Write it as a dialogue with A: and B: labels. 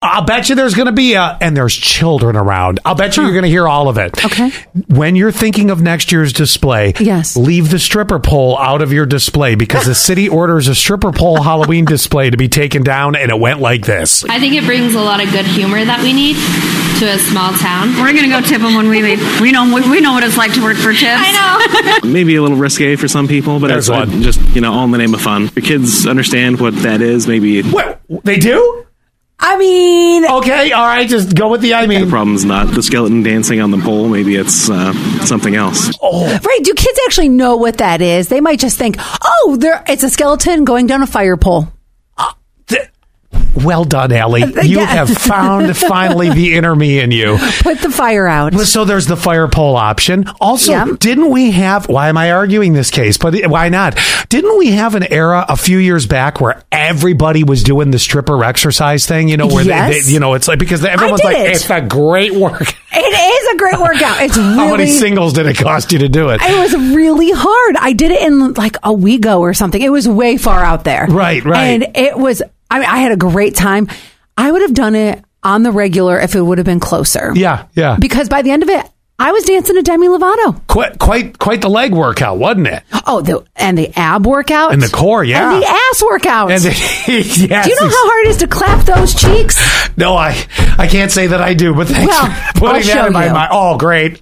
A: I'll bet you there's going to be a, and there's children around. I'll bet you you're going to hear all of it.
B: Okay.
A: When you're thinking of next year's display,
B: Yes.
A: leave the stripper pole out of your display because the city orders a stripper pole Halloween display to be taken down, and it went like this.
C: I think it brings a lot of good humor that we need to a small town.
D: We're gonna go tip them when we leave. We know we, we know what it's like to work for tips.
C: I know.
E: maybe a little risque for some people, but
A: There's
E: it's
A: one.
E: just you know all in the name of fun. Your kids understand what that is. Maybe
A: What they do?
B: I mean,
A: Okay, all right, just go with the I mean.
E: problem's not the skeleton dancing on the pole. Maybe it's uh, something else.
B: right? Do kids actually know what that is? They might just think, "Oh, there, it's a skeleton going down a fire pole."
A: Well done, Allie. You
B: yeah.
A: have found finally the inner me in you.
B: Put the fire out.
A: So there's the fire pole option. Also,
B: Yeah.
A: didn't we have? Why am I arguing this case? But it- why not? Didn't we have an era a few years back where everybody was doing the stripper exercise thing? You know, where they,
B: Yes.
A: they, you know, it's like because everyone's
B: did
A: like,
B: it.
A: it's a great work.
B: it is a great workout. It's really
A: How many singles did it cost you to do it?
B: It was really hard. I did it in like a Wego or something. It was way far out there.
A: Right, right.
B: And it was. I mean, I had a great time. I would have done it on the regular if it would have been closer.
A: yeah, yeah.
B: Because by the end of it, I was dancing to Demi Lovato.
A: quite, quite, quite the leg workout, wasn't it?
B: Oh, the and the ab workout
A: And the core, yeah.
B: and the ass workout.
A: And yes,
B: Do you know how hard it is to clap those cheeks?
A: No, I I can't say that I do, but thanks
B: Well,
A: for putting
B: I'll
A: that
B: show
A: in my
B: you.
A: mind. Oh, great.